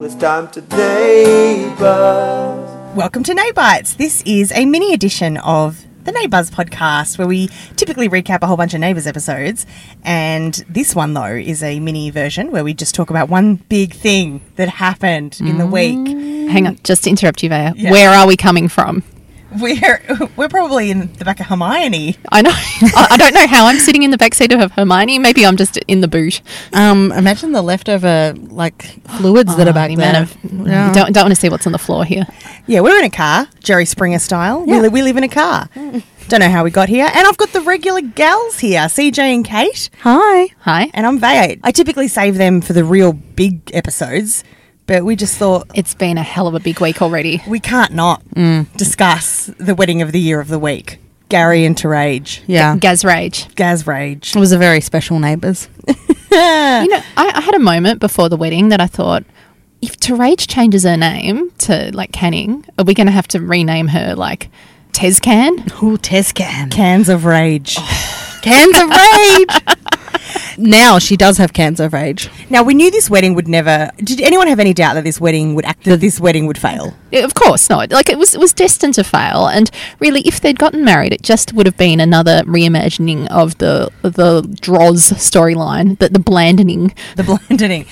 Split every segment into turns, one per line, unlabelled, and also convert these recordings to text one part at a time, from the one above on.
It's time to neighbors.
Welcome to Neighbites. This is a mini edition of the Neighbours podcast where we typically recap a whole bunch of Neighbours episodes. And this one, though, is a mini version where we just talk about one big thing that happened in the week.
Mm-hmm.
Hang on, just to interrupt you, Vaya.
Yeah.
Where are we coming from?
We're, we're probably in the back of Hermione.
I know. I, I don't know how I'm sitting in the backseat of Hermione. Maybe I'm just in the boot.
Um, imagine the leftover like fluids Oh, that are back
the
there.
amount of uh, don't don't want to see what's on the floor here.
Yeah, we're in a car, Jerry Springer style. We, li- we live in a car. Don't know how we got here. And I've got the regular gals here, CJ and Kate.
Hi.
Hi.
And I'm Vaya. I typically save them for the real big episodes, but we just thought
It's been a hell of a big week already.
we can't not discuss the wedding of the year of the week. Gary into rage,
Yeah.
Gaz rage.
Gaz rage.
it was a very special neighbours.
You know, I, I had a moment before the wedding that I thought, if Terage changes her name to like Canning, are we going to have to rename her like Tezcan?
Ooh, Tezcan.
Cans of rage.
Cans of rage. now she does have cans of rage.
Now we knew this wedding would never. Did anyone have any doubt that this wedding would act that this wedding would fail?
Yeah, Of course not. Like it was, it was destined to fail. And really, if they'd gotten married, it just would have been another reimagining of the the Droz storyline, the the blandening.
The blending.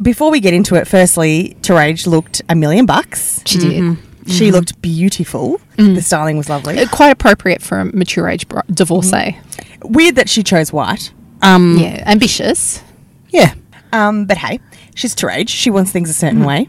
Before we get into it, firstly, Terage looked a million bucks.
She
She looked beautiful. The styling was lovely.
did Uh, quite appropriate for a mature age bro- divorcee.
Weird that she chose white.
Um, yeah.
Yeah, ambitious.
Um, but hey, she's Terage. She wants things a certain way.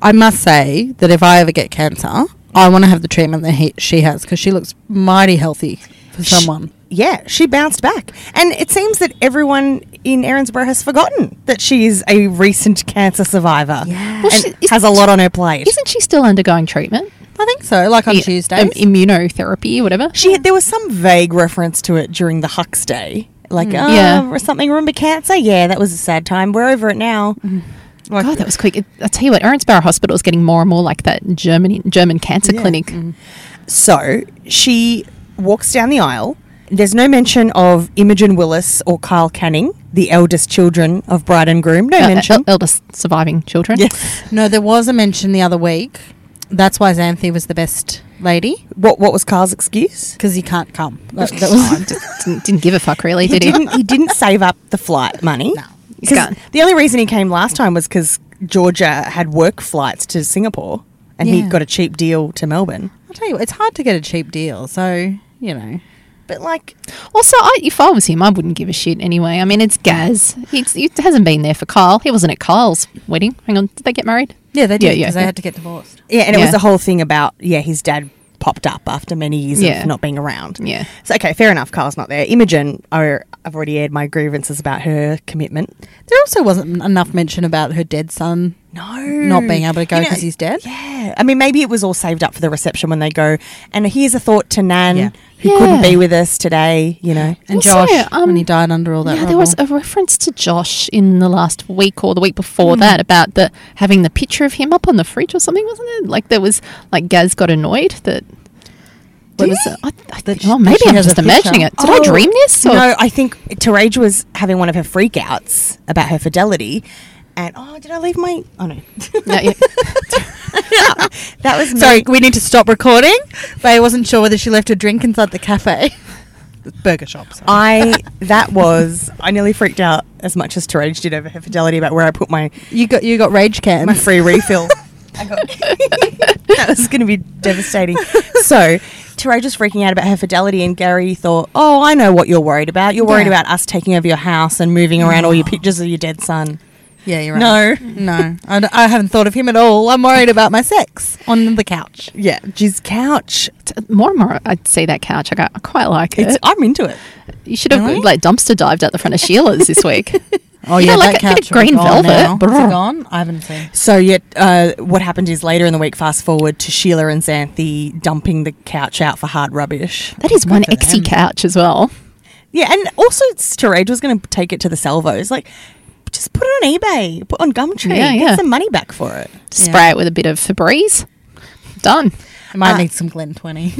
I must say that if I ever get cancer, I want to have the treatment that he, she has because she looks mighty healthy for someone.
Yeah, she bounced back. And it seems that everyone in Erinsborough has forgotten that she is a recent cancer survivor. Yeah. and
Well, she- isn't
has a lot on her plate.
Isn't she still undergoing treatment?
I think so. Like on
Yeah,
Tuesdays.
um, immunotherapy, whatever.
She had, there was some vague reference to it during the Hucks Day. Like,
Mm.
oh,
Yeah.
or something, remember cancer? Yeah, that was a sad time. We're over it now.
Mm-hmm.
Like,
God, that was quick. It- I tell you what, Erinsborough Hospital is getting more and more like that German German cancer clinic.
So she walks down the aisle. There's no mention of Imogen Willis or Kyle Canning, the eldest children of bride and groom. No
Uh,
mention.
el- eldest surviving children.
yes.
no, there was a mention the other week. That's why Xanthi was the best lady
What, what was Kyle's excuse?
because he can't come. That, that
Oh,
was
d- didn't, didn't give a fuck really,
he
did he?
didn't he didn't save up the flight money. No.
He's gone.
The only reason he came last time was because Georgia had work flights to Singapore and he
Yeah.
got a cheap deal to Melbourne.
I'll tell you, what, it's hard to get a cheap deal. So, you know.
But like
Also, I, if I was him, I wouldn't give a shit anyway. I mean, it's Gaz. It's, it hasn't been there for Kyle. He wasn't at Kyle's wedding. Hang on, did they get married?
Yeah, they did
Yeah,
because
yeah,
they
yeah.
had to get divorced.
Yeah, and it
Yeah.
was the whole thing about yeah, his dad popped up after many years
Yeah.
of not being around.
Yeah.
So okay, fair enough, Carl's not there. Imogen, I, I've already aired my grievances about her commitment.
There also wasn't enough mention about her dead son.
No.
Not being able to go
You know,
'cause he's dead?
Yeah. I mean, maybe it was all saved up for the reception when they go, and here's a thought to Nan,
Yeah.
who couldn't
Yeah.
be with us today, you know.
And
Also,
Josh,
um,
when he died under all that
yeah, there was a reference to Josh in the last week or the week
Hmm.
before that about the having the picture of him up on the fridge or something, wasn't it? Like there was like Gaz got annoyed that. What
Did
was
he?
it? I, I
That
think,
she-
oh,
that
maybe
she
I'm
has a
just imagining
picture.
it. Did I
Oh,
dream this? Or?
No, I think Terage was having one of her freakouts about her fidelity. And oh, did I leave my? Oh no,
No, yeah.
that was me.
Sorry, we need to stop recording. Bay wasn't sure whether she left her drink inside the cafe. Oh, Burger shop. sorry.
I that was I nearly freaked out as much as Terage did over her fidelity about where I put my
you got you got rage can.
my free refill. I got that was going to be devastating. So Terage was freaking out about her fidelity, and Gary thought, "Oh, I know what you're worried about. You're worried
Yeah.
about us taking over your house and moving around all your pictures of your dead son."
yeah, you're right. No, no, I, d- I haven't thought of him at all. I'm worried about my sex on the couch.
Yeah, Jizz couch.
T- more and more, I'd see that couch. I, go, I quite like it.
It's, I'm into it.
you should have
Really?
like dumpster dived out the front of Sheila's this week.
Oh
You know, like a bit of green velvet. Brr.
gone? I haven't seen.
So, yet, uh, what happened is later in the week, fast forward to Sheila and Xanthi dumping the couch out for hard rubbish.
That is one
for
exy
them.
couch as well.
Yeah, and also, it's Terage was going to take it to the salvos. Like, just put it on eBay, put on Gumtree,
Yeah,
get
yeah.
some money back for it.
Yeah.
Spray it with a bit of Febreze. Done.
I might
Uh,
need some Glen Twenty.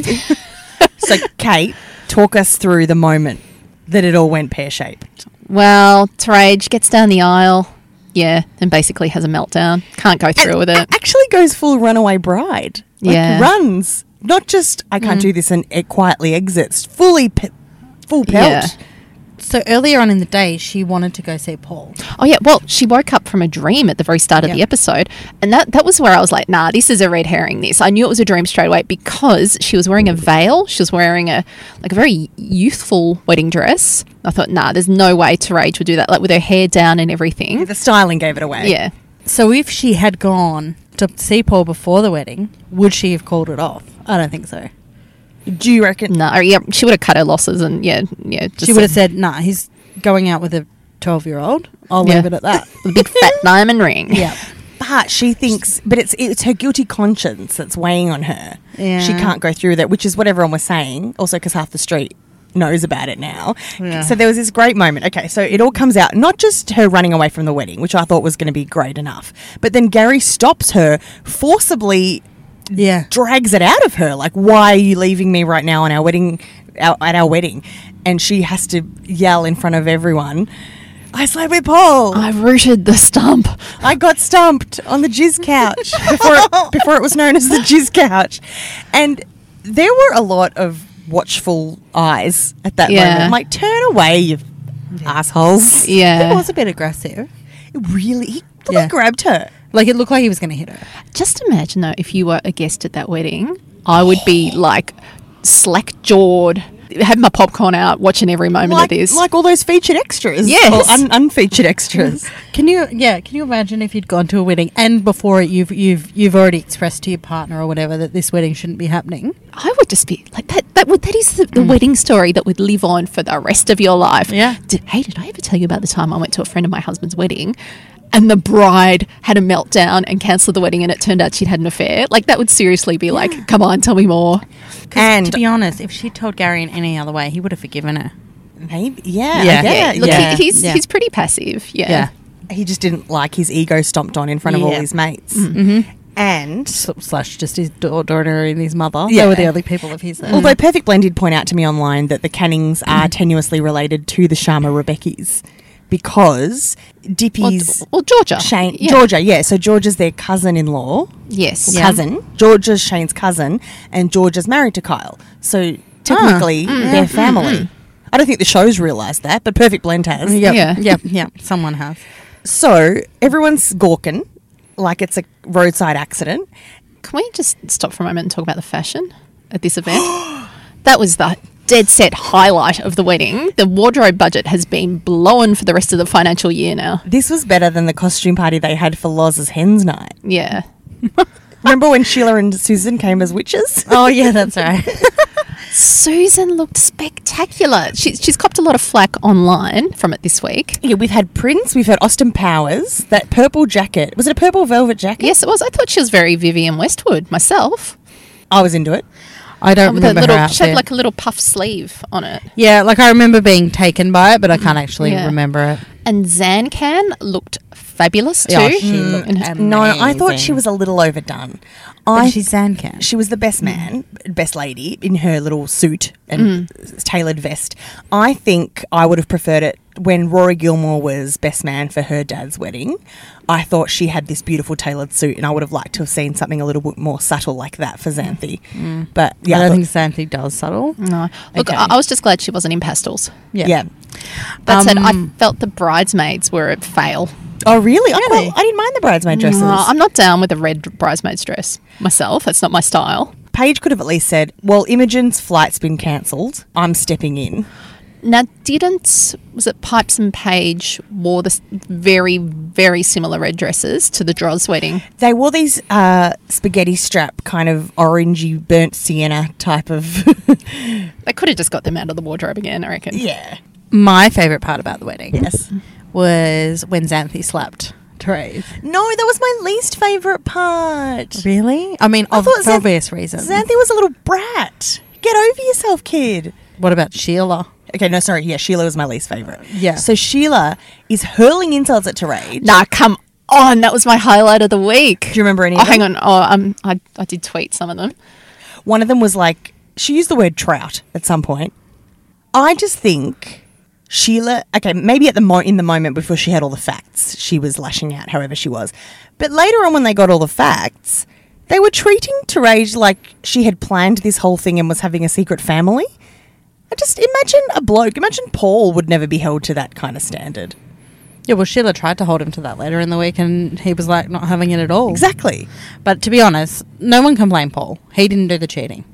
So, Kate, talk us through the moment that it all went pear shaped.
Well, Terage gets down the aisle. Yeah, and basically has a meltdown. Can't go through
And
with
a-
it.
Actually goes full runaway bride. Like
Yeah. Mm-hmm.
runs. Not just I can't do this and it quietly exits. Fully pe- full pelt.
Yeah.
So earlier on in the day, she wanted to go see Paul.
Oh yeah, well, she woke up from a dream at the very start of the
Yeah.
episode, and that that was where I was like, "Nah, this is a red herring." This I knew it was a dream straight away because she was wearing a veil. She was wearing a like a very youthful wedding dress. I thought, "Nah, there's no way Terage would do that." Like with her hair down and everything.
The styling gave it away.
Yeah,
So if she had gone to see Paul before the wedding, would she have called it off? I don't think so.
Do you reckon?
no, yeah, she would have cut her losses, and yeah, yeah, just
she would have said, "Nah, he's going out with a twelve-year-old. I'll
Yeah.
leave it at that."
a big fat diamond ring.
yeah.
But she thinks, but it's it's her guilty conscience that's weighing on her.
Yeah.
She can't go through with it, which is what everyone was saying. Also, because half the street knows about it now.
Yeah.
So there was this great moment. Okay, so it all comes out not just her running away from the wedding, which I thought was going to be great enough, but then Gary stops her forcibly.
Yeah.
Drags it out of her. Like, why are you leaving me right now on our wedding? Our, at our wedding, and she has to yell in front of everyone. I slept with Paul.
I rooted the stump.
I got stumped on the jizz couch before it, before it was known as the jizz couch, and there were a lot of watchful eyes at that
Yeah.
moment. I'm like, turn away, you assholes!
Paul
Yeah,
was a bit aggressive.
Really, he fully
Yeah.
grabbed her.
Like it looked like he was going to hit her.
Just imagine though, if you were a guest at that wedding, I would be like slack jawed, have my popcorn out, watching every moment
Like,
of this.
like all those featured extras,
Yes.
or un- unfeatured extras.
Can you? Yeah. Can you imagine if you'd gone to a wedding and before it, you've you've you've already expressed to your partner or whatever that this wedding shouldn't be happening?
I would just be like that. That would that is the, the wedding story that would live on for the rest of your life.
Yeah.
Did, hey, did I ever tell you about the time I went to a friend of my husband's wedding? And the bride had a meltdown and cancelled the wedding, and it turned out she'd had an affair. Like, that would seriously be like, come on, tell me more.
'Cause
And-
to be honest, if she told Gary in any other way, he would have forgiven her.
Maybe, yeah,
Yeah.
I get it.
Look,
yeah.
he, he's,
yeah.
he's pretty passive. Yeah.
Yeah.
he just didn't like his ego stomped on in front of all
Yeah.
his mates, mm-hmm. and
S- Slash, just his da- daughter and his mother.
Yeah.
They were the only people of his. age.
Mm.
Although Perfect Blend did point out to me online that the Cannings are tenuously related to the Sharma Rebeckis because
Or,
Dippy's
or Georgia.
Shane
Yeah.
Georgia, yeah. So Georgia's their cousin-in-law,
Yes.
cousin. Georgia's Shane's cousin, and Georgia's married to Kyle. So
Ah,
technically,
mm.
they're family. I don't think the show's realised that, but Perfect Blend has.
Yep,
Yeah.
Yep. Yep. Someone has.
So everyone's gawking like it's a roadside accident.
Can we just stop for a moment and talk about the fashion at this event? that was the dead set highlight of the wedding. The wardrobe budget has been blown for the rest of the financial year now.
This was better than the costume party they had for Loz's Hens Night.
Yeah.
Remember when Sheila and Susan came as witches?
Oh yeah, that's right.
Susan looked spectacular. She, she's copped a lot of flack online from it this week.
Yeah, we've had Prince, we've had Austin Powers, that purple jacket. Was it a purple velvet jacket?
Yes, it was. I thought she was very Vivian Westwood myself.
I was into it.
I don't
Oh, With a
remember her
little, she
outfit.
had like a little puff sleeve on it.
yeah, like I remember being taken by it, but I can't actually
Yeah.
remember it.
And Zancan looked fabulous too.
Yeah, she looked
in Mm. her-
amazing.
No, I thought she was a little overdone. I
she's Zancan.
she was the best man, best lady in her little suit and
Mm.
tailored vest. I think I would have preferred it when Rory Gilmore was best man for her dad's wedding. I thought she had this beautiful tailored suit, and I would have liked to have seen something a little bit more subtle like that for Xanthi. But yeah,
Mm. I
I
don't
thought-
think Xanthi does subtle.
Mm. no. Look,
Okay.
I, I was just glad she wasn't in pastels.
yeah.
That said, I
Um,
felt the bridesmaids were a fail.
Oh, really? I, quite, I didn't mind the bridesmaid dresses.
Uh, I'm not down with a red bridesmaid's dress myself. That's not my style.
Paige could have at least said, "Well, Imogen's flight's been cancelled. I'm stepping in."
Now, didn't was it Pipes and Page wore this very very similar red dresses to the Droz wedding?
They wore these uh, spaghetti strap kind of orangey burnt sienna type of
They could have just got them out of the wardrobe again. I reckon.
yeah.
My favorite part about the wedding
Yes.
was when Xanthi slapped Therese.
No, that was my least favorite part.
Really? I mean,
I
of,
thought
for
Xan-
obvious reasons.
Xanthi was a little brat. Get over yourself, kid.
what about Sheila?
Okay, no, sorry. Yeah, Sheila was my least favorite.
Yeah.
So Sheila is hurling insults at Terrage.
Nah, come on. That was my highlight of the week. Do
you remember any
Oh,
of
hang on. Oh, um, I I did tweet some of them.
One of them was like, she used the word trout at some point. I just think Sheila, okay, maybe at the mo- in the moment before she had all the facts, she was lashing out however she was. But later on when they got all the facts, they were treating Terage like she had planned this whole thing and was having a secret family. I just imagine a bloke, imagine Paul would never be held to that kind of standard.
Yeah, well, Sheila tried to hold him to that later in the week, and he was like not having it at all.
Exactly.
But to be honest, no one can blame Paul. He didn't do the cheating.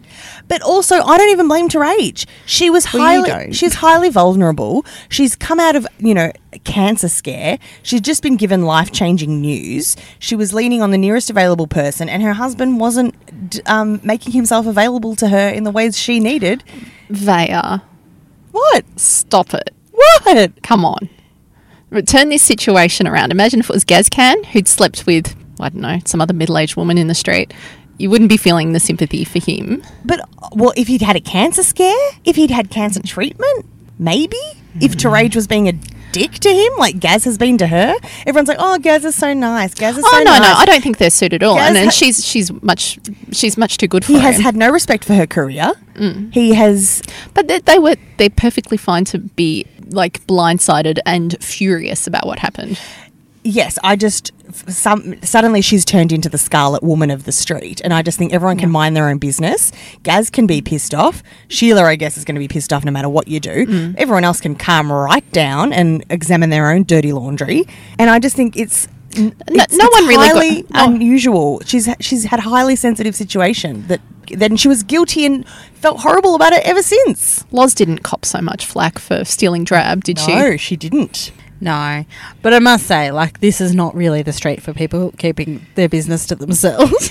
But also, I don't even blame Terage. She was
Well, you
highly,
don't.
she's highly vulnerable. She's come out of you know a cancer scare. She's just been given life changing news. She was leaning on the nearest available person, and her husband wasn't d- um, making himself available to her in the ways she needed.
Vaya,
What?
stop it.
What?
Come on. Turn this situation around. Imagine if it was Gazcan who'd slept with, I don't know, some other middle aged woman in the street. You wouldn't be feeling the sympathy for him.
But uh, well, if he'd had a cancer scare, if he'd had cancer treatment, maybe. If Terage was being a dick to him, like Gaz has been to her, everyone's like, "Oh, Gaz is so nice. Gaz is
oh
so
no,
nice."
no, I don't think they're suited at all.
Gaz
and then
ha-
she's she's much she's much too good for
He has
him.
had no respect for her career.
Mm.
He has
but they, they were they're perfectly fine to be like blindsided and furious about what happened.
yes. I just f- some suddenly she's turned into the Scarlet Woman of the street, and I just think everyone can mind their own business. Gaz can be pissed off. Sheila, I guess, is going to be pissed off no matter what you do.
Mm.
Everyone else can calm right down and examine their own dirty laundry. And I just think it's. n-
No-
it's,
no
it's
one really got-
highly
no-
unusual. She's she's had highly sensitive situation that then she was guilty and felt horrible about it ever since.
Loz didn't cop so much flack for stealing drab, did she?
No, she didn't.
No, but I must say, like, this is not really the street for people keeping their business to themselves.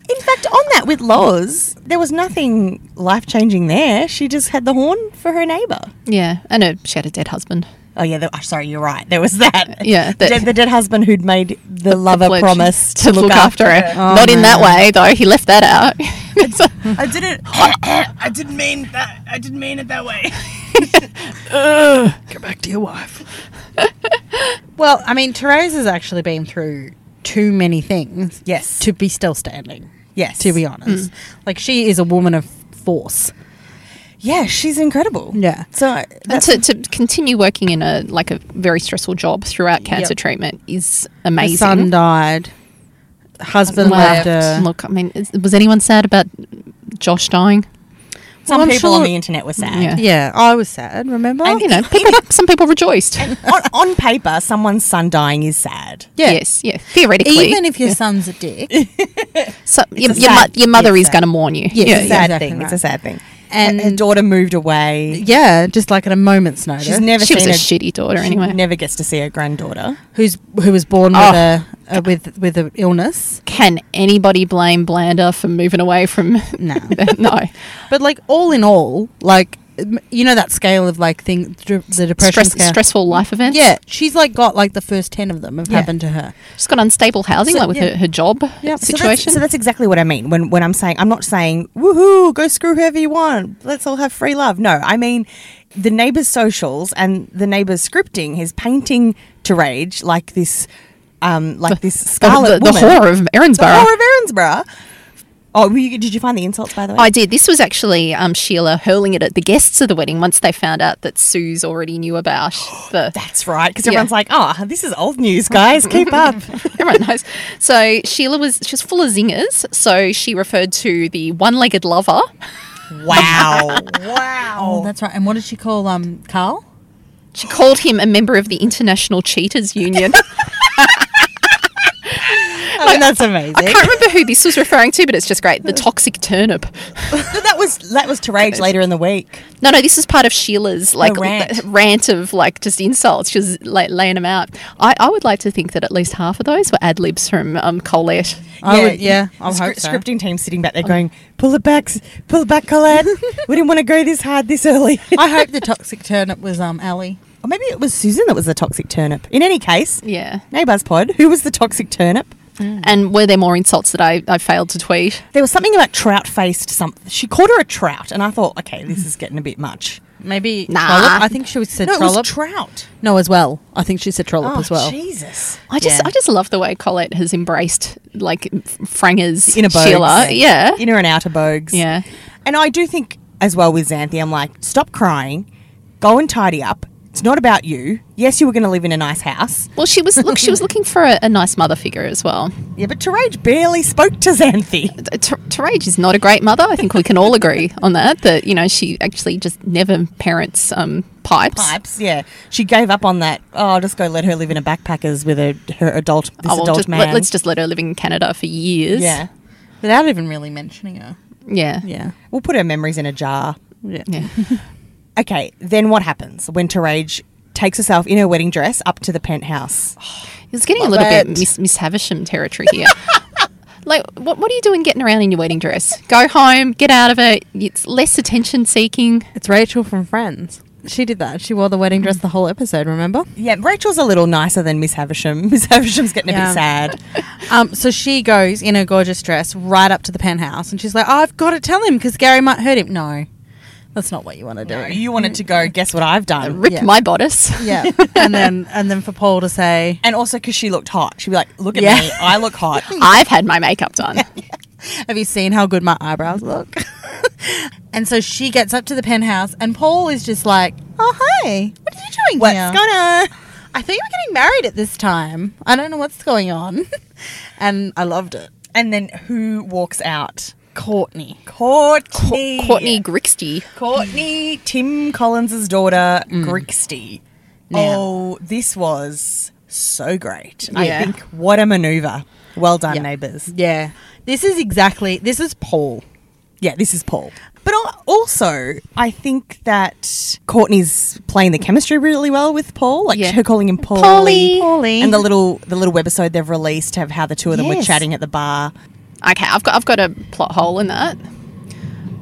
In fact, on that with Loz, there was nothing life changing there. She just had the horn for her neighbour.
Yeah, I know she had a dead husband.
Oh yeah, the, oh, sorry, you're right. There was that.
Yeah,
the,
that-
dead, the dead husband who'd made the lover
Pledge
promise to, look, after,
her.
her. Oh,
Not in that way though. He left that out. It's a-
I didn't.
I didn't mean that. I didn't mean it that way.
Go back to your wife. well, I mean, Therese has actually been through too many things.
Yes.
To be still standing.
Yes.
To be honest. Like, she is a woman of force.
Yeah, she's incredible.
Yeah.
So
and
that's
to, to continue working in a like a very stressful job throughout cancer treatment is amazing.
Her son died. Husband left. her.
Look, I mean, is, was anyone sad about Josh dying?
some
Well, I'm
people on
sure-
the internet were sad.
Yeah.
Yeah, I was sad, remember?
And you know, people, some people rejoiced.
on, on paper, someone's son dying is sad.
yeah.
Yes, yeah. Theoretically,
Even if your son's a dick.
so, your,
a
your,
sad-
mu- your mother
it's
is
sad.
going to mourn you.
Yes,
yeah,
It's a
yeah,
sad
exactly
thing. It's
right.
a sad thing.
And-
her, her daughter moved away.
yeah, just like at a moment's notice.
She's never
She was
seen
a
her-
shitty daughter
she
anyway.
Never gets to see her granddaughter.
who's who was born
Oh.
with a, a with with an illness.
Can anybody blame Blander for moving away from?
No.
no.
But like all in all, like m- you know that scale of like thing dr- the depression
Stress,
scale.
stressful life events.
Yeah, she's like got like the first ten of them have
Yeah.
happened to her.
she's got unstable housing,
So,
like with
yeah.
her, her job
So that's-
situation.
So that's exactly what I mean when, when I'm saying, I'm not saying, woohoo, go screw whoever you want. Let's all have free love. No, I mean, the neighbor's socials and the neighbor's scripting is painting to rage like this, um, like this
the,
scarlet
the
woman.
horror of Erinsborough.
The horror of Erinsborough. Oh, were you, did you find the insults, by the way?
I did. This was actually um, Sheila hurling it at the guests of the wedding once they found out that Sue's already knew about the.
That's right. Because
Yeah.
everyone's like, oh, this is old news, guys. Keep up.
Everyone knows. So Sheila was she was full of zingers. So she referred to the one-legged lover.
wow. wow.
Oh, that's right. And what did she call um Carl?
She called him a member of the International Cheaters Union.
and that's amazing.
I can't remember who this was referring to, but it's just great. The toxic turnip.
So that was that was to rage later in the week.
No, no, this is part of Sheila's like
rant.
rant of like just insults. She was like laying them out. I, I would like to think that at least half of those were ad libs from um, Colette.
I would- yeah, I
Scri-
hope so.
Scripting team sitting back there going, pull it back, s- pull it back, Colette. we didn't want to go this hard this early.
I hope the toxic turnip was um Allie.
or Oh, maybe it was Susan that was the toxic turnip. In any case,
Yeah.
Neighbours Pod, who was the toxic turnip?
And were there more insults that I, I failed to tweet?
There was something about trout faced something. She called her a trout, and I thought, okay, this is getting a bit much.
Maybe
Nah.
Trollop. I think she was said
No, it was Oh,
Trollop.
trout.
no, as well. I think she said Trollop as well.
Jesus.
I just
Yeah.
I just love the way Colette has embraced like Franga's
Inner bogues.
Sheila. Yeah.
Inner and outer bogues.
Yeah.
And I do think as well with Xanthi, I'm like, stop crying, go and tidy up, It's not about you. Yes, you were going to live in a nice house.
Well, she was look. She was looking for a, a nice mother figure as well.
Yeah, but Terage barely spoke to Xanthi.
T- Terage is not a great mother. I think we can all agree on that. That you know she actually just never parents um, pipes.
Pipes, yeah. She gave up on that. Oh, I'll just go let her live in a backpackers with a, her adult, this
Oh, well,
adult
just,
man.
let, us just let her live in Canada for years.
yeah.
Without even really mentioning her.
yeah,
Yeah.
We'll put her memories in a jar.
Yeah.
yeah.
Okay, then what happens when Terage takes herself in her wedding dress up to the penthouse?
It's getting a
Love
little
it.
bit Miss, Miss Havisham territory here. like, what, what are you doing getting around in your wedding dress? Go home, get out of it. It's less attention seeking.
It's Rachel from Friends. She did that. She wore the wedding dress the whole episode, remember?
Yeah, Rachel's a little nicer than Miss Havisham. Miss Havisham's getting a
Yeah.
bit sad.
Um, so she goes in her gorgeous dress right up to the penthouse and she's like, oh, I've got to tell him because Gary might hurt him. No, that's not what you want to do.
you wanted to go, guess what I've done?
Ripped
Yeah.
my bodice.
Yeah. and then and then for Paul to say,
And also because she looked hot. She'd be like, look at
Yeah.
me, I look hot.
I've had my makeup done.
Have you seen how good my eyebrows look? and so she gets up to the penthouse and Paul is just like, Oh, hi. What are you doing
What's
here?
going on?
I think we're getting married at this time. I don't know what's going on. and I loved it.
And then who walks out?
Courtney.
Courtney.
Courtney Grixty.
Courtney, Tim Collins's daughter, Grixty.
Yeah.
Oh, this was so great. I
Yeah.
think what a maneuver. Well done,
Yeah.
neighbours.
Yeah. This is exactly this is Paul.
Yeah, this is Paul. But al- also, I think that Courtney's playing the chemistry really well with Paul. Like
Yeah.
her calling him Paulie.
Paulie.
Paulie.
And the little the little webisode they've released of how the two of them were
Yes.
chatting at the bar.
Okay, I've got I've got a plot hole in that.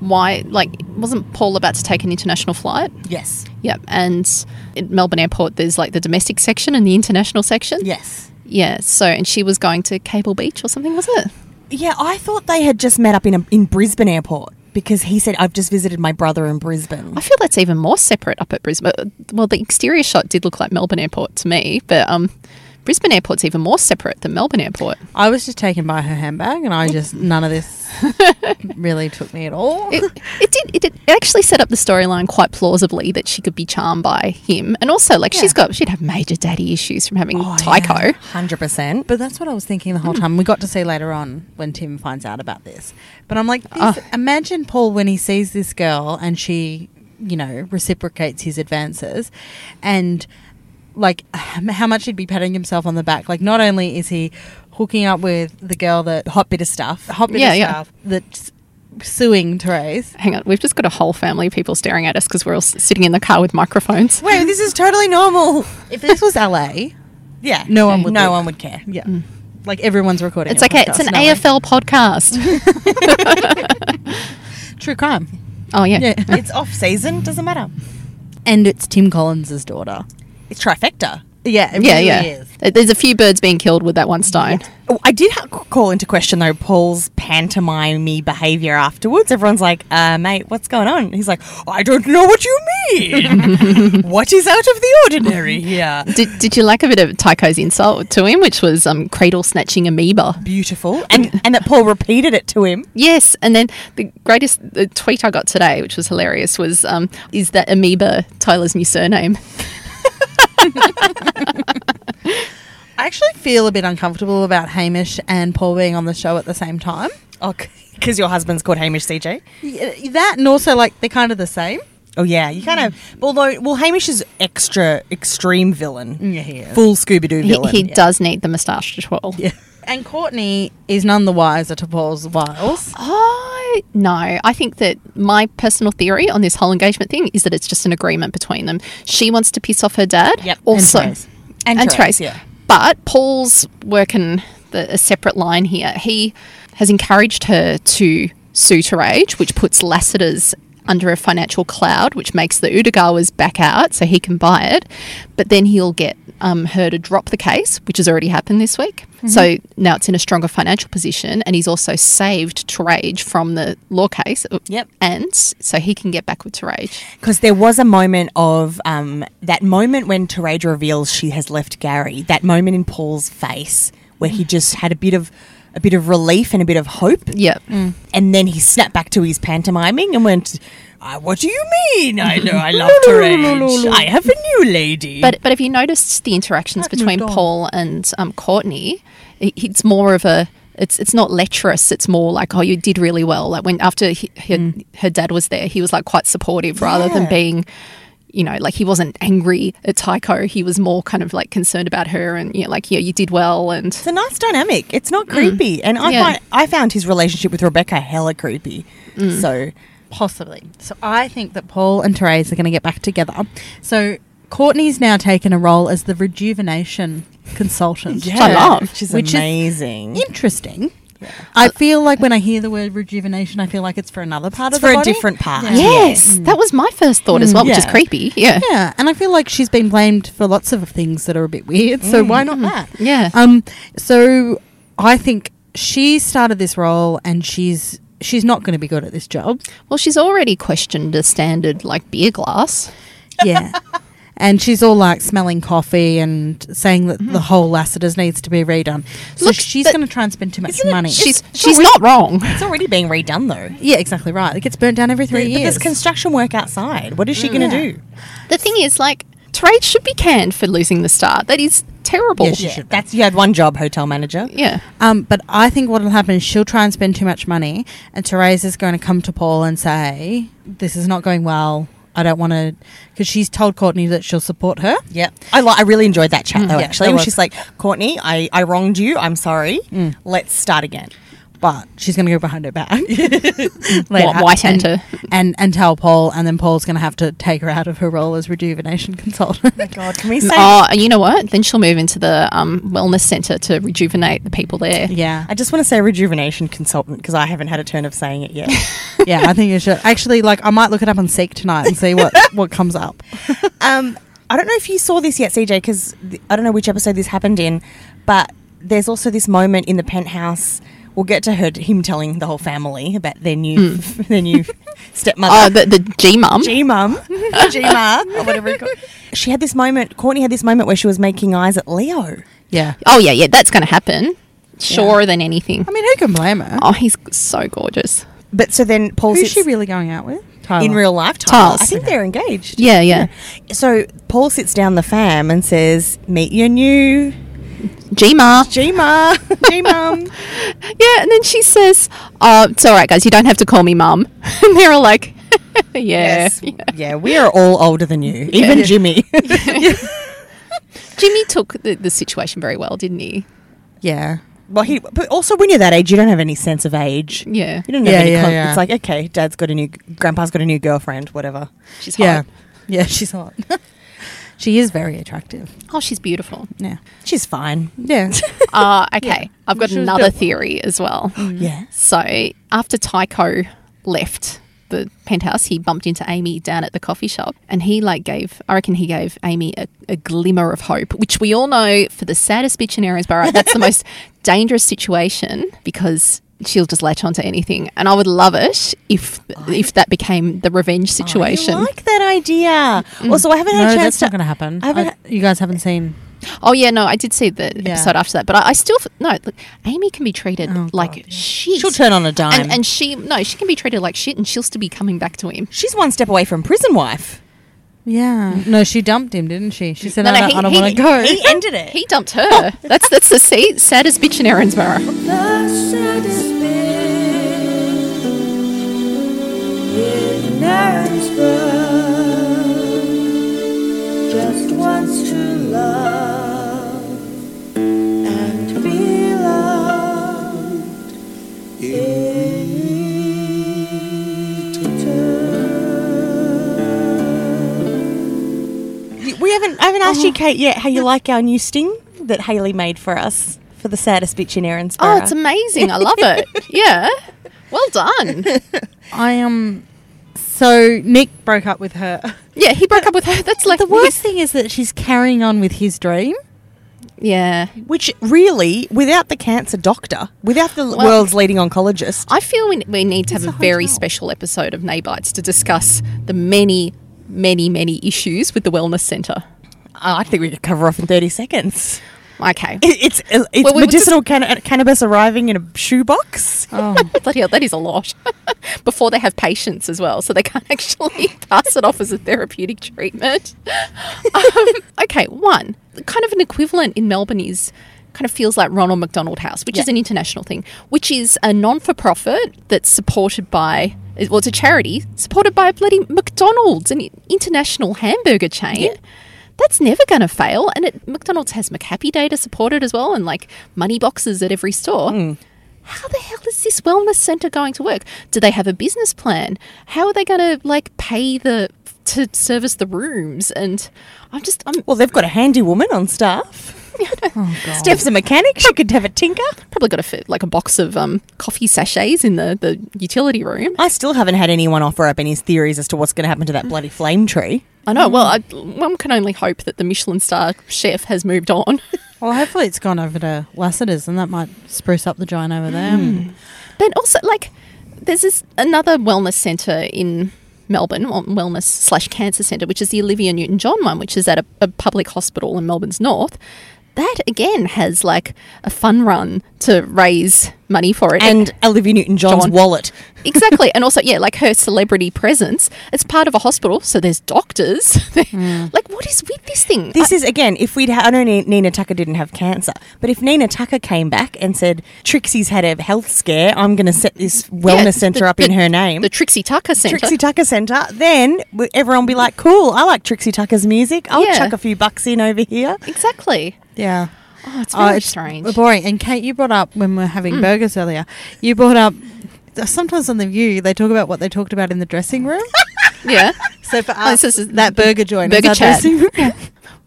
Why like wasn't Paul about to take an international flight?
Yes.
Yep. And at Melbourne Airport there's like the domestic section and the international section.
Yes.
Yeah. So and she was going to Cable Beach or something, was it?
Yeah, I thought they had just met up in a, in Brisbane airport because he said I've just visited my brother in Brisbane.
I feel that's even more separate up at Brisbane. Uh, Well, the exterior shot did look like Melbourne Airport to me, but um, Brisbane Airport's even more separate than Melbourne Airport.
I was just taken by her handbag and I just none of this really took me at all.
It, it did. It, did, it actually set up the storyline quite plausibly that she could be charmed by him, and also like she's got she'd have major daddy issues from
Oh,
having Tycho. Mm.
Hundred percent.
But that's what I was thinking the whole time. We got to see later on when Tim finds out about this. But I'm like, this,
Ah.
imagine Paul when he sees this girl and she, you know, reciprocates his advances and like how much he'd be patting himself on the back. Like, not only is he hooking up with the girl that hot bit of stuff, hot bit
Yeah,
of
yeah.
stuff that's suing Therese.
Hang on, we've just got a whole family of people staring at us because we're all s- sitting in the car with microphones.
Wait, this is totally normal.
If this was LA,
Yeah.
No one would Mm.
No
look.
one would care.
yeah, like everyone's recording.
It's
a
okay. It's
podcast
an
now, like,
AFL podcast.
true crime.
Oh yeah.
Yeah,
it's off season. Doesn't matter.
and it's Tim Collins' daughter.
It's trifecta.
Yeah, it
Yeah,
really
yeah.
is.
There- There's a few birds being killed with that one stone.
Oh, I did ha- call into question though Paul's pantomime behavior afterwards. Everyone's like, uh, "Mate, what's going on?" He's like, "I don't know what you mean. what is out of the ordinary here?"
Did, did you like a bit of Tycho's insult to him, which was um, cradle snatching amoeba?
Beautiful, and and that Paul repeated it to him.
Yes, and then the greatest the tweet I got today, which was hilarious, was um, is that amoeba Tyler's new surname?
I actually feel a bit uncomfortable about Hamish and Paul being on the show at the same time.
Oh, because your husband's called Hamish CJ.
Y- That and also like they're kind of the same.
Oh yeah, you kind of. Although, well, Hamish is extra extreme villain.
Yeah, he is.
Full Scooby Doo
He,
villain.
he does need the moustache to twirl.
Yeah. And Courtney is none the wiser to Paul's wiles.
I no, I think that my personal theory on this whole engagement thing is that it's just an agreement between them. She wants to piss off her dad.
Yep, and
Also,
Therese.
And
and
Therese,
Trace.
yeah.
But Paul's working the, a separate line here. He has encouraged her to sue Terage, which puts Lassiter's under a financial cloud, which makes the Udagawas back out so he can buy it. But then he'll get um, her to drop the case, which has already happened this week.
Mm-hmm.
So now it's in a stronger financial position, and he's also saved Terage from the law case.
Yep.
And so he can get back with Terage.
Because there was a moment of um, that moment when Terage reveals she has left Gary. That moment in Paul's face where he just had a bit of a a bit of relief and a bit of hope.
Yep.
And then he snapped back to his pantomiming and went, "Ah, What do you mean? I know I love to rage. I have a new lady.
But but if you noticed the interactions between Paul and um, Courtney, i- it's more of a it's it's not lecherous. It's more like oh you did really well. Like when after he, her, her dad was there, he was like quite supportive rather than
Yeah.
being. You know, like he wasn't angry at Tycho. He was more kind of like concerned about her and, you know, like, yeah, you did well. And
it's a nice dynamic. It's not creepy. And I,
Yeah.
find, I found his relationship with Rebecca hella creepy. So
Possibly. So I think that Paul and Therese are going to get back together. So Courtney's now taken a role as the rejuvenation consultant.
I love.
which is
Which is-
amazing.
Interesting. I feel like when I hear the word rejuvenation, I feel like it's for another part
it's
of the
for a
body.
different part.
Yeah.
yes, that was my first thought as well, which is
yeah.
creepy. Yeah.
Yeah, and I feel like she's been blamed for lots of things that are a bit weird. So
Mm.
why not that?
Yeah.
Um. So I think she started this role, and she's she's not going to be good at this job.
Well, she's already questioned a standard like beer glass.
Yeah. And she's all like smelling coffee and saying that
Mm-hmm.
the whole Lassiter's needs to be redone. So
Look,
she's
but-
going to try and spend too much
Isn't it
money.
She's
it's
she's
already-
not wrong.
It's already being redone though.
yeah, exactly right. It gets burnt down every three
But
years.
there's construction work outside. What is she going to
Yeah.
do?
The thing is, like, Trade should be canned for losing the star. That is terrible.
Yeah, she should. be.
That's you had one job, hotel manager.
Yeah.
Um, but I think what will happen is she'll try and spend too much money, and Therese is going to come to Paul and say, "This is not going well. I don't want to," because she's told Courtney that she'll support her.
Yep. I li- I really enjoyed Mm. that chat though.
yeah,
actually,
that
where
was-
she's like, Courtney, I, I wronged you. I'm sorry. Let's start again.
but she's going to go behind her back,
Wh- white-hand
and,
her.
and and tell Paul, and then Paul's going to have to take her out of her role as rejuvenation consultant.
God, can we say?
Oh, and you know what? Then she'll move into the um, wellness centre to rejuvenate the people there.
yeah,
I just want to say rejuvenation consultant because I haven't had a turn of saying it yet.
yeah, I think you should actually like. I might look it up on Seek tonight and see what what comes up.
um, I don't know if you saw this yet, CJ, because I don't know which episode this happened in, but there's also this moment in the penthouse. We'll get to her, him telling the whole family about their new, their new stepmother.
Oh, the, the G mum.
G mum, G ma, or whatever. It called. She had this moment. Courtney had this moment where she was making eyes at Leo.
Yeah,
Oh, yeah, yeah, that's going to happen. Sure than anything.
I mean, who can blame her?
Oh, he's so gorgeous.
But so then Paul
Who's
sits
she really going out with? Tyler.
Oh, in real life. Tyler.
Tiles.
I think they're engaged.
Yeah, yeah.
So Paul sits down the fam and says, "Meet your new
G ma.
G ma, G mum."
Yeah, and then she says, "Oh, it's all right, guys. You don't have to call me mum." And they're all like, "Yeah."
Yes. Yeah, we are all older than you, even Jimmy.
Jimmy took the, the situation very well, didn't he?
Yeah,
well, he. But also, when you're that age, you don't have any sense of age.
Yeah.
You don't have
Yeah,
any.
yeah,
con-
yeah.
It's like okay, dad's got a new, grandpa's got a new girlfriend, whatever.
She's hot.
yeah, yeah. She's hot. she is very attractive.
Oh, she's beautiful.
Yeah,
She's fine.
yeah.
Uh, okay. I've got
She was
another
built well.
theory as well.
Yeah.
So after Tycho left the penthouse, he bumped into Amy down at the coffee shop and he like gave, I reckon he gave Amy a, a glimmer of hope, which we all know for the saddest bitch in Erinsborough, that's the most dangerous situation because she'll just latch onto anything. And I would love it if if that became the revenge situation.
I Oh, like that idea. Also, I haven't had
no,
a chance
that's
to.
not going to happen.
I haven't.
I- you guys haven't seen.
Oh yeah, no, I did see the
Yeah.
episode after that, but I, I still f- no. Look, Amy can be treated like shit.
Oh, She'll turn on a dime.
and, and she no, she can be treated like shit, and she'll still be coming back to him.
She's one step away from prison wife.
Yeah. No, she dumped him, didn't she? She said,
No,
I
no,
don't,
he-
I don't
he-
want to go.
He ended it.
He dumped her. that's that's the sa- saddest bitch in Erinsborough.
Just wants to love and be loved in return.
we haven't. I haven't asked you, Kate, yet how you like our new sting that Haley made for us for the saddest bitch in Erin's.
Oh, it's amazing. I love it. Yeah. Well done.
I am. so Nick broke up with her.
Yeah, he broke up with her. That's like
the worst thing is that she's carrying on with his dream.
Yeah.
Which really, without the cancer doctor, without the
Well-
world's leading oncologist,
I feel we, we need to have a, very special episode of Naybites to discuss the many, many, many issues with the wellness centre.
I think we could cover off in thirty seconds.
Okay.
It- It's uh, it's
Well, we were
medicinal canna- cannabis arriving in a shoebox.
Oh,
Bloody hell, that is a lot. Before they have patients as well, so they can't actually pass it off as a therapeutic treatment. Um, okay, one kind of an equivalent in Melbourne is kind of feels like Ronald McDonald House, which is an international thing, which is a non-for-profit that's supported by well, it's a charity supported by a bloody McDonald's, an international hamburger chain. That's never going to fail, and it, McDonald's has McHappy Day to support it as well, and like money boxes at every store how the hell is this wellness center going to work? Do they have a business plan? How are they going to like pay the to service the rooms? And I'm just I'm
Well, they've got a handy woman on staff.
Oh,
Steph's a mechanic. She could have a tinker.
probably got to fit like a box of um, coffee sachets in the the utility room.
I still haven't had anyone offer up any theories as to what's going to happen to that bloody flame tree.
I know. Well, I, one can only hope that the Michelin star chef has moved on.
well, hopefully it's gone over to Lassiter's, and that might spruce up the joint over there.
Hmm. But also, like, there's this another wellness centre in Melbourne, well, wellness slash cancer centre, which is the Olivia Newton John one, which is at a, a public hospital in Melbourne's north. That again has like a fun run to raise money for it,
And Olivia Newton-John's
John.
wallet.
exactly, and also yeah, like her celebrity presence. It's part of a hospital, so there's doctors. Like, what is with this thing?
Hmm. This is again, if we'd ha- I know Ni- Nina Tucker didn't have cancer, but if Nina Tucker came back and said Trixie's had a health scare, I'm going to set this wellness
Yeah,
center
the-
up in
the-
her name.
the Trixie Tucker Centre.
Trixie Tucker Centre, then w- everyone be like, cool, I like Trixie Tucker's music. I'll
Yeah.
chuck a few bucks in over here.
exactly.
Yeah.
Oh, it's
Oh,
very
it's
strange. Hmm.
Boring. And Kate, you brought up when we were having burgers earlier. You brought up sometimes on the View they talk about what they talked about in the dressing room.
Yeah.
so for
Oh,
us,
so this is-
that burger joint,
Burger
is our
chat.
dressing room.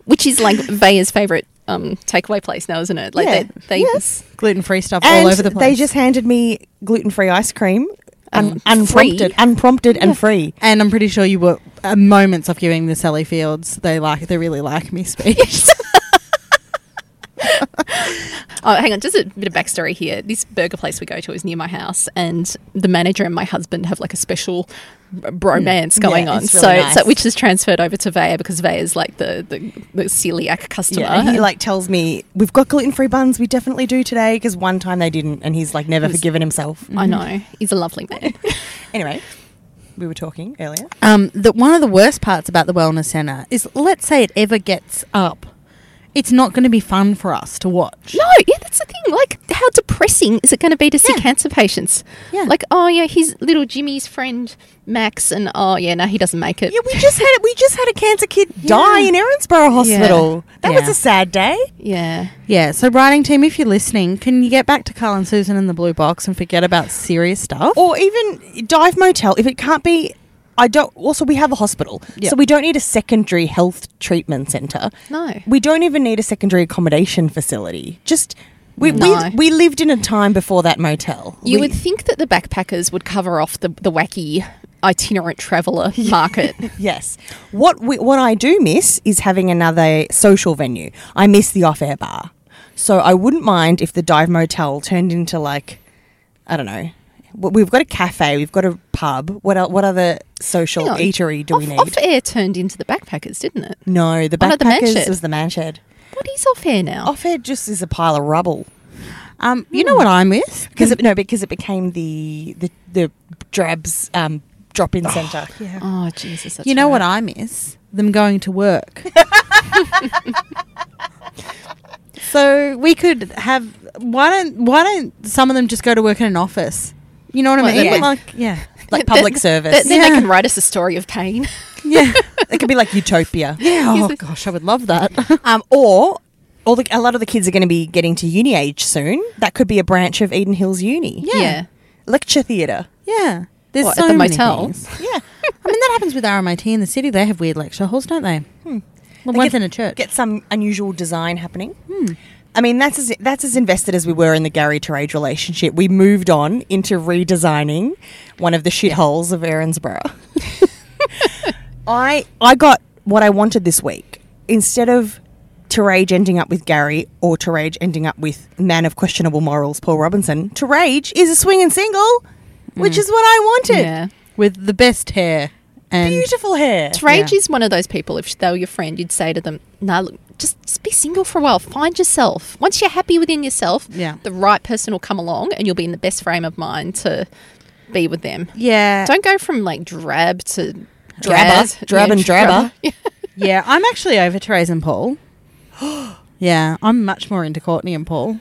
which is like Vaya's favorite um, takeaway place now, isn't it? Like
Yeah.
they, they
Yes.
gluten free stuff
and
all over the place.
they just handed me gluten-free ice cream, un-
Um,
unprompted,
free.
unprompted and free.
and I'm pretty sure you were uh, moments off giving the Sally Fields. They like they really like me speech.
Oh, hang on, just a bit of backstory here. This burger place we go to is near my house, and the manager and my husband have like a special b- bromance going
Mm. yeah,
on.
it's
so,
really nice.
so, which is transferred over to Vaya because Vaya's like the, the, the celiac customer.
Yeah, and he like tells me we've got gluten-free buns. We definitely do today because one time they didn't, and he's like never forgiven himself.
I know he's a lovely man.
Anyway, we were talking earlier.
um, that one of the worst parts about the wellness center is, let's say it ever gets up, it's not going to be fun for us to watch.
No, yeah, that's the thing. Like, how depressing is it going to be to see cancer patients?
Yeah.
Like, oh yeah, he's little Jimmy's friend Max, and oh yeah, no, he doesn't make it.
Yeah, we just had we just had a cancer kid die in Erinsborough Hospital. That was
Yeah.
a sad day.
yeah.
Yeah, so writing team, if you're listening, can you get back to Carl and Susan in the blue box and forget about serious stuff?
Or even dive motel if it can't be. I don't. Also, we have a hospital,
Yeah.
so we don't need a secondary health treatment centre.
No.
we don't even need a secondary accommodation facility. Just we
No.
we, we lived in a time before that motel.
You
We-
would think that the backpackers would cover off the, the wacky itinerant traveller market.
Yes. What we, what I do miss is having another social venue. I miss the off-air bar. So I wouldn't mind if the dive motel turned into like I don't know. w- We've got a cafe, we've got a pub. What el- what other social
Hang on.
eatery do we
Off-
need?
Off air turned into the backpackers, didn't it?
no, the
Oh, no, the Oh. man
backpackers
shed.
was the man shed.
What is off air now?
Off air just is a pile of rubble
Um, you know what I miss?
because it, no, because it became the the the drabs um, drop-in centre. Yeah.
Oh Jesus! That's
you know
right.
what I miss? Them going to work. so we could have why don't why don't some of them just go to work in an office? You know what
Well,
I mean?
yeah.
Like yeah.
Like public
Th-
service.
then they
Yeah.
can write us a story of pain.
Yeah.
it could be like utopia.
yeah. Oh gosh, I would love that.
Um, or all the, a lot of the kids are going to be getting to uni age soon. That could be a branch of Eden Hills Uni.
Yeah.
Lecture theatre.
yeah. There's
What, at
so
the
many
motel?
things.
Yeah.
I mean that happens with RMIT in the city. They have weird lecture halls, don't they? Well, one's
get-
in a church. Hmm.
Get some unusual design happening. I mean, that's as, that's as invested as we were in the Gary Terrage relationship. We moved on into redesigning one of the shitholes of Erinsborough. I I got what I wanted this week. Instead of Terrage ending up with Gary or Terrage ending up with man of questionable morals, Paul Robinson, Terrage is a swinging single, which
Hmm.
is what I wanted.
yeah.
with the best hair and
Beautiful hair.
Rage
Yeah.
is one of those people. If they were your friend, you'd say to them, "Nah, look, just, just be single for a while. Find yourself. Once you're happy within yourself,
Yeah.
the right person will come along and you'll be in the best frame of mind to be with them.
Yeah.
Don't go from like drab to
Drabber.
drab.
Drab and drabber.
Yeah.
yeah, I'm actually over Therese and Paul. yeah, I'm much more into Courtney and Paul.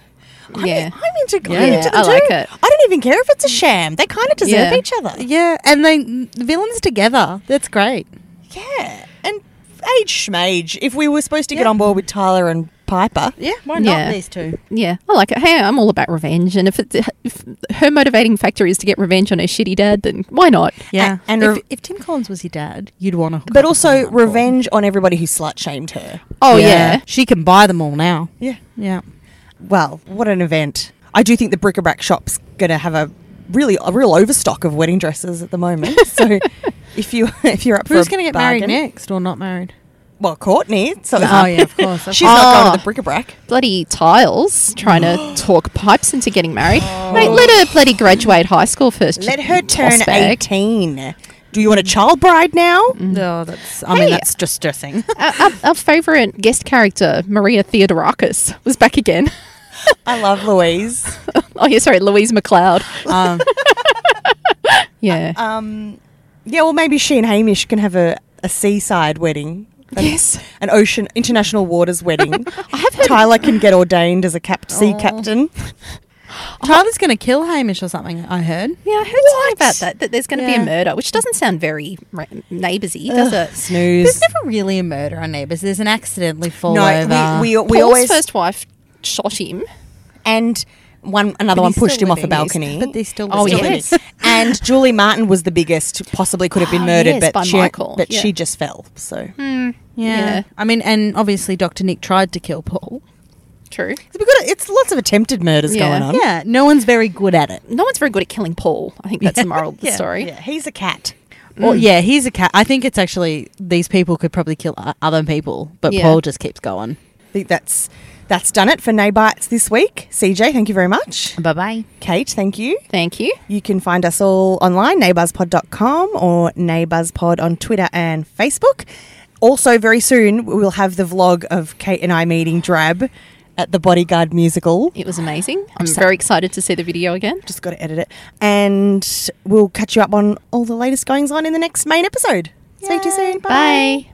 Yeah.
I'm into,
Yeah.
I'm into them
I like
too.
it.
I don't even care if it's a sham. They kind of deserve
Yeah.
each other.
Yeah, and they the villains together. That's great.
Yeah. And age schmage. If we were supposed to get on board with Tyler and Piper,
Yeah, why
Yeah.
not these two?
Yeah, I like it. Hey, I'm all about revenge, and if, it's, if her motivating factor is to get revenge on her shitty dad, then why not?
Yeah,
A- and
if,
rev-
if Tim Collins was your dad, you'd want to.
but also revenge on everybody who slut shamed her.
Oh yeah,
she can buy them all now.
Yeah.
Yeah,
Well, what an event. I do think the bric-a-brac shop's going to have a really a real overstock of wedding dresses at the moment. So if you if you're up for
who's
a
going to get
bargain,
married next or not married?
Well, Courtney. So
Oh yeah, of course. of
She's not going
Oh.
to the bric-a-brac.
bloody tiles trying to talk pipes into getting married. Mate, let her bloody graduate high school first.
Let
you
her turn
tossbag.
18. Do you want a child bride now?
No, Oh, that's. I mean,
Hey.
that's just stressing.
Our, our, our favourite guest character, Maria Theodorakis, was back again.
I love Louise.
oh yeah, sorry, Louise McLeod.
um,
Yeah.
Um, yeah, well, maybe she and Hamish can have a, a seaside wedding. An,
Yes.
An ocean, international waters wedding. I Oh. have Tyler can get ordained as a cap- sea captain.
Tyler's going to kill Hamish or something. I heard.
yeah, I heard something about that, that there's going to be
Yeah.
a murder, which doesn't sound very ra- neighboursy, does it?
There's
Snooze.
never really a murder on Neighbours. There's an accidentally fall
No,
over.
we, we, we
Paul's
always.
first wife shot him.
And one another
But
one
he's
pushed
still
him off a
living, he's-
balcony.
but they're still
Oh,
living.
yes.
and Julie Martin was the biggest, possibly could have been
Oh,
murdered,
yes,
but,
by
she,
Michael,
but
yeah.
she just fell. So
Yeah.
Yeah.
I mean, and obviously Dr. Nick tried to kill Paul.
True.
It's because it's lots of attempted murders
Yeah.
going on.
Yeah, no one's very good at it.
No one's very good at killing Paul. I think that's the moral of the
Yeah.
story.
Yeah, he's a cat.
Well, yeah, he's a cat. I think it's actually these people could probably kill o- other people, but
Yeah.
Paul just keeps going.
I think that's that's done it for Naybites this week. CJ, thank you very much.
Bye bye.
Kate, thank you.
Thank you.
You can find us all online, neighbourspod.com or neighbourspod on Twitter and Facebook. Also, very soon, we'll have the vlog of Kate and I meeting Drab at the Bodyguard musical.
It was amazing. I'm very excited to see the video again.
Just got to edit it. And we'll catch you up on all the latest goings on in the next main episode. Speak to you soon. Bye.
Bye.